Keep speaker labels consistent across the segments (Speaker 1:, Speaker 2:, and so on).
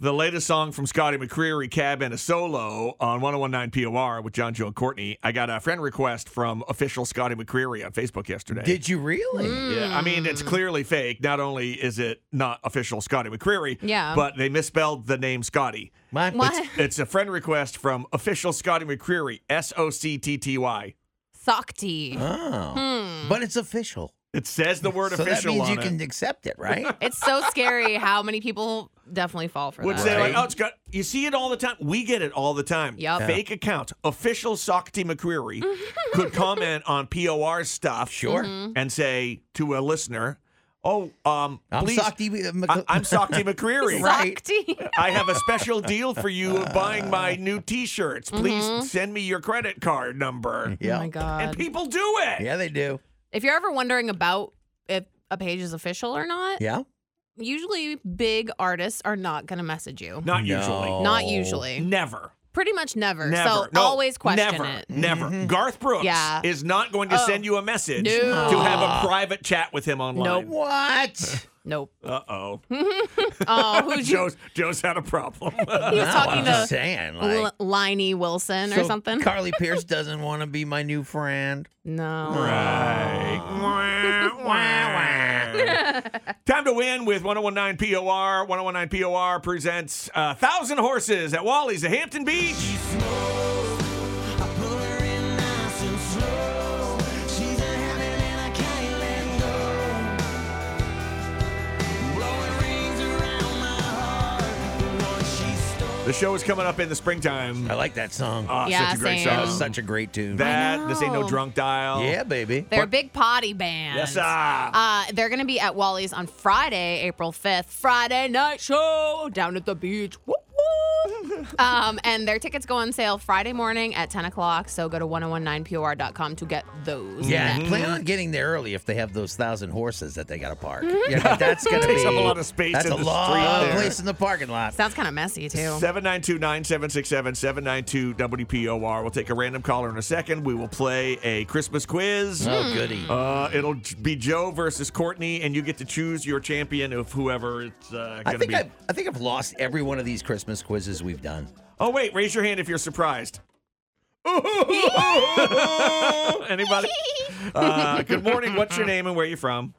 Speaker 1: the latest song from Scotty McCreery, Cab and a Solo on 1019 POR with John, Joe, and Courtney. I got a friend request from official Scotty McCreery on Facebook yesterday.
Speaker 2: Did you really?
Speaker 3: Mm.
Speaker 1: yeah, I mean,
Speaker 3: Hmm.
Speaker 1: it's clearly fake. Not only is it not official Scotty McCreery,
Speaker 3: Yeah.
Speaker 1: but they misspelled the name Scotty.
Speaker 2: My-
Speaker 3: What?
Speaker 1: It's a friend request from official Scotty McCreery, S O C T T Y.
Speaker 3: Socti.
Speaker 2: Oh.
Speaker 3: Hmm. Mm.
Speaker 2: But it's official.
Speaker 1: It says the word
Speaker 2: so that
Speaker 1: official
Speaker 2: means
Speaker 1: on
Speaker 2: you
Speaker 1: it.
Speaker 2: can accept it, right?
Speaker 3: It's so scary how many people definitely fall for
Speaker 1: Would
Speaker 3: that.
Speaker 1: say like,
Speaker 2: Right.
Speaker 1: oh, it's got. You see it all the time. We get it all the time.
Speaker 3: Yup. Yeah.
Speaker 1: Fake account. Official Socty McCreery could comment on POR stuff.
Speaker 2: Sure.
Speaker 3: Mm-hmm.
Speaker 1: And say to a listener, "Oh, um,
Speaker 2: I'm
Speaker 1: please,
Speaker 2: Sock TV.
Speaker 1: I- I'm Socty McCreery.
Speaker 2: Right.
Speaker 3: Socti.
Speaker 1: I have a special deal for you of buying
Speaker 2: Uh.
Speaker 1: my new T-shirts. Please send me your credit card number."
Speaker 2: Yeah.
Speaker 3: Oh my
Speaker 1: And
Speaker 3: Mm-hmm. god.
Speaker 1: people do it.
Speaker 2: Yeah, they do.
Speaker 3: If you're ever wondering about if a page is official or not,
Speaker 2: Yeah.
Speaker 3: usually big artists are not going to message you.
Speaker 1: Not
Speaker 2: No.
Speaker 1: usually.
Speaker 3: Not
Speaker 2: Oh.
Speaker 3: usually.
Speaker 1: Never.
Speaker 3: Pretty much never.
Speaker 1: Never.
Speaker 3: So
Speaker 1: No,
Speaker 3: always question
Speaker 1: never,
Speaker 3: it.
Speaker 1: Never.
Speaker 2: Mm-hmm.
Speaker 1: Garth Brooks
Speaker 3: Yeah.
Speaker 1: is not going to
Speaker 3: Oh.
Speaker 1: send you a message
Speaker 3: No.
Speaker 1: to have a private chat with him online.
Speaker 2: What?
Speaker 3: Nope.
Speaker 1: Uh oh.
Speaker 3: Oh, who's you?
Speaker 1: Joe's Joe's had a problem.
Speaker 3: He was
Speaker 2: No,
Speaker 3: talking
Speaker 2: I'm
Speaker 3: to
Speaker 2: just saying, like,
Speaker 3: L- Liney Wilson or
Speaker 2: so
Speaker 3: something.
Speaker 2: Carly Pierce doesn't want to be my new friend.
Speaker 3: no.
Speaker 1: right. Time to win with 1019 POR. 1019 POR presents uh, Thousand Horses at Wally's at Hampton Beach. The show is coming up in the springtime.
Speaker 2: I like that song.
Speaker 1: Ah,
Speaker 3: Yeah,
Speaker 1: such a great
Speaker 3: same.
Speaker 2: that was
Speaker 1: song.
Speaker 2: such a great tune.
Speaker 1: That, this ain't no
Speaker 3: know.
Speaker 1: drunk dial.
Speaker 2: yeah, baby.
Speaker 3: They're a big potty band.
Speaker 1: Yes, ah.
Speaker 3: Uh, they're going to be at Wally's on Friday, April 5th. Friday night show down at the beach. Woo, woo. um, and their tickets go on sale Friday morning at 10 o'clock. So go to 1019por.com to get those.
Speaker 2: Yeah,
Speaker 3: next.
Speaker 1: Mm-hmm.
Speaker 2: plan on getting there early if they have those thousand horses that they got to park.
Speaker 3: Mm-hmm.
Speaker 2: Yeah, that's gonna
Speaker 1: Takes
Speaker 2: be
Speaker 1: up a lot of space
Speaker 2: That's
Speaker 1: in
Speaker 2: a
Speaker 1: the
Speaker 2: lot
Speaker 1: street
Speaker 2: of
Speaker 1: there.
Speaker 2: place in the parking lot.
Speaker 3: Sounds kind of messy, too.
Speaker 1: 792 9767 792 WPOR. We'll take a random caller in a second. We will play a Christmas quiz.
Speaker 2: Oh
Speaker 3: Mm.
Speaker 2: goody!
Speaker 1: Uh, it'll be Joe versus Courtney, and you get to choose your champion of whoever it's uh, going
Speaker 2: I
Speaker 1: to
Speaker 2: think
Speaker 1: be.
Speaker 2: I've, I think I've lost every one of these Christmas quizzes we've done.
Speaker 1: Oh, wait, raise your hand if you're surprised. Anybody? Uh, good morning. What's your name and where you from?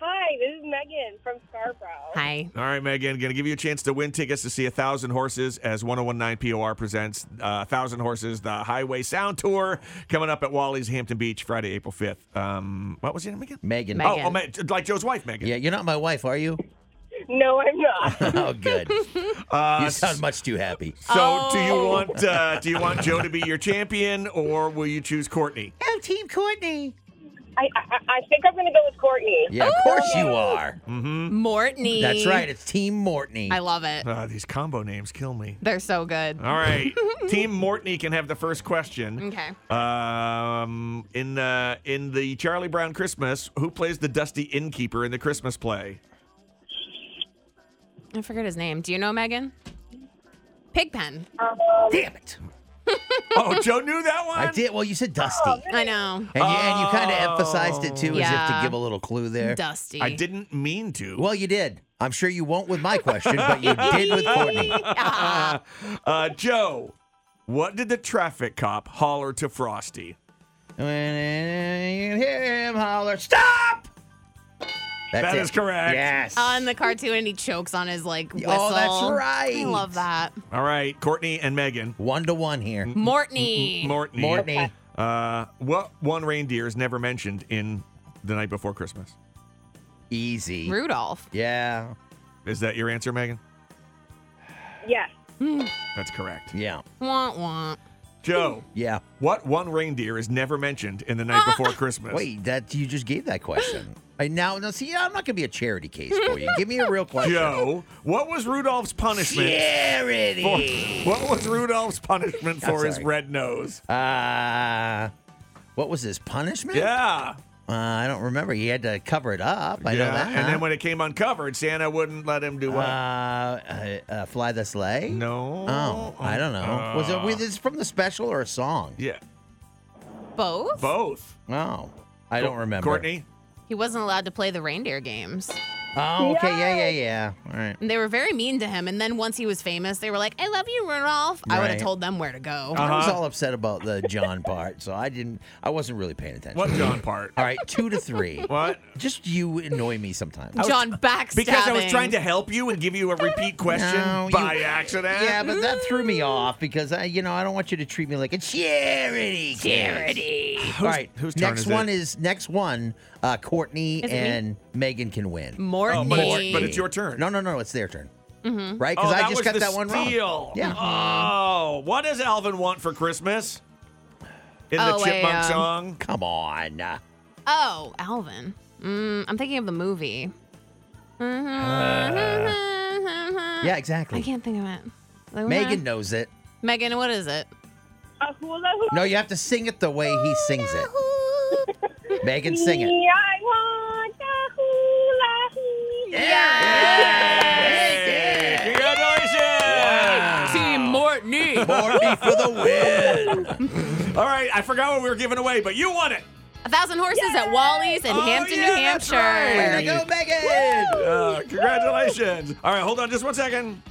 Speaker 4: Hi, this is Megan from Scarborough.
Speaker 3: Hi.
Speaker 1: All right, Megan, going to give you a chance to win tickets to see A Thousand Horses as 1019 POR presents uh, A Thousand Horses, the Highway Sound Tour, coming up at Wally's Hampton Beach Friday, April 5th. Um, what was your name again?
Speaker 2: Megan.
Speaker 3: Megan.
Speaker 1: Oh, oh, Ma- like Joe's wife, Megan.
Speaker 2: Yeah, you're not my wife, are you?
Speaker 4: No, I'm not.
Speaker 2: Oh, good.
Speaker 1: Uh,
Speaker 2: You sound much too happy.
Speaker 1: so, do you
Speaker 2: Oh.
Speaker 1: want uh, do you want Joe to be your champion, or will you choose Courtney?
Speaker 2: Oh, Team Courtney.
Speaker 4: I, I I think I'm gonna go with Courtney.
Speaker 2: Yeah, of course you are.
Speaker 3: Mortney.
Speaker 2: Mm. That's right. It's Team Mortney.
Speaker 3: I love it.
Speaker 1: Uh, these combo names kill me.
Speaker 3: They're so good.
Speaker 1: All right, Team Mortney can have the first question.
Speaker 3: Okay.
Speaker 1: Um, in the in the Charlie Brown Christmas, who plays the dusty innkeeper in the Christmas play?
Speaker 3: I forget his name. Do you know Megan? Pigpen.
Speaker 4: Um,
Speaker 2: Damn it!
Speaker 1: Oh, Joe knew that one.
Speaker 2: I
Speaker 3: Um,
Speaker 2: did. Well, you said Dusty, and
Speaker 3: I know.
Speaker 2: you, and you kind of emphasized it too, as if to
Speaker 3: Yeah.
Speaker 2: give a little clue there.
Speaker 3: Dusty.
Speaker 1: I didn't mean to.
Speaker 2: Well, you did. I'm sure you won't with my question, but you did with Courtney.
Speaker 3: Ah.
Speaker 1: Uh, Joe, what did the traffic cop holler to Frosty?
Speaker 2: When you can hear him holler, stop! That's
Speaker 1: That is correct.
Speaker 2: Yes.
Speaker 3: On the cartoon, and he chokes on his like whistle.
Speaker 2: Oh, that's right.
Speaker 3: I love that.
Speaker 1: All right, Courtney and Megan.
Speaker 2: one to one here.
Speaker 1: Mm-hmm.
Speaker 3: Mortney.
Speaker 1: Mortney.
Speaker 2: Mortney.
Speaker 1: Uh, what one reindeer is never mentioned in The Night Before Christmas?
Speaker 2: Easy.
Speaker 3: Rudolph.
Speaker 2: Yeah.
Speaker 1: Is that your answer, Megan?
Speaker 4: Yes.
Speaker 1: That's correct.
Speaker 2: Yeah.
Speaker 3: Want want.
Speaker 1: Joe,
Speaker 2: Yeah.
Speaker 1: what one reindeer is never mentioned in The Night Before Christmas?
Speaker 2: Ah! Wait, that you just gave that question. I now now see I'm not gonna be a charity case for you. Give me a real question.
Speaker 1: Joe, what was Rudolph's punishment? for-
Speaker 2: Charity.
Speaker 1: what was Rudolph's punishment
Speaker 2: I'm
Speaker 1: for his
Speaker 2: sorry.
Speaker 1: red nose?
Speaker 2: Uh what was his punishment?
Speaker 1: Yeah.
Speaker 2: Uh, I don't remember. He had to cover it up. I
Speaker 1: yeah.
Speaker 2: know that.
Speaker 1: And then when it came uncovered, Santa wouldn't let him do
Speaker 2: uh,
Speaker 1: what?
Speaker 2: uh, uh, fly the sleigh?
Speaker 1: no. Uh.
Speaker 2: Oh, I don't know. was it was this from the special or a song?
Speaker 1: Yeah.
Speaker 3: Both?
Speaker 1: Both.
Speaker 2: No, I don't remember.
Speaker 1: Courtney?
Speaker 3: He wasn't allowed to play the reindeer games.
Speaker 2: Oh, okay. Yeah, yeah, yeah. All right.
Speaker 3: And they were very mean to him. And then once he was famous, they were like, I love you, Rudolph. I would have
Speaker 2: Right.
Speaker 3: told them where to go.
Speaker 2: I was
Speaker 1: Uh-huh.
Speaker 2: all upset about the John part, so I didn't. I wasn't really paying attention.
Speaker 1: What John part?
Speaker 2: All right, two to three.
Speaker 1: What?
Speaker 2: Just you annoy me sometimes.
Speaker 3: John backstabbing.
Speaker 1: Because I was trying to help you and give you a repeat question
Speaker 2: No, you-
Speaker 1: by accident.
Speaker 2: Yeah, but that threw me off because I, you know, I don't want you to treat me like a charity. case.
Speaker 3: Charity.
Speaker 2: All right,
Speaker 1: whose turn
Speaker 2: next
Speaker 1: is
Speaker 2: one
Speaker 1: it?
Speaker 2: is next one. Uh, Courtney
Speaker 3: Is it me?
Speaker 2: and Megan can win.
Speaker 3: Morton.
Speaker 1: Oh, but it's, but it's your turn.
Speaker 2: No, no, no, it's their turn. Mm-hmm. Right?
Speaker 1: Oh,
Speaker 2: Because
Speaker 1: that
Speaker 2: I just
Speaker 1: was
Speaker 2: got
Speaker 1: the
Speaker 2: that one
Speaker 1: steal.
Speaker 2: wrong. Yeah.
Speaker 1: Oh, what does Alvin want for Christmas? In the
Speaker 3: Oh, a,
Speaker 1: Chipmunk
Speaker 3: um,
Speaker 1: song?
Speaker 2: Come on.
Speaker 3: Oh, Alvin. Mm, I'm thinking of the movie.
Speaker 1: Uh,
Speaker 2: Yeah,
Speaker 3: yeah, I
Speaker 2: exactly.
Speaker 3: can't think of it. Like,
Speaker 2: Megan
Speaker 3: what?
Speaker 2: knows it.
Speaker 3: Megan, what is it?
Speaker 4: A hula hoop.
Speaker 2: No, you have to sing it the way he sings it. Megan, sing it.
Speaker 4: Yeah, I want a hula hoop.
Speaker 1: Hey, Congratulations!
Speaker 3: Team Morton.
Speaker 2: Courtney for the win.
Speaker 1: All right, I forgot what we were giving away, but you won it.
Speaker 3: A thousand horses at Wally's in
Speaker 1: Oh,
Speaker 3: Hampton,
Speaker 1: yeah,
Speaker 3: New
Speaker 1: that's
Speaker 3: Hampshire.
Speaker 1: right.
Speaker 2: Way to go, Megan.
Speaker 1: Uh, congratulations. All right, hold on just one second.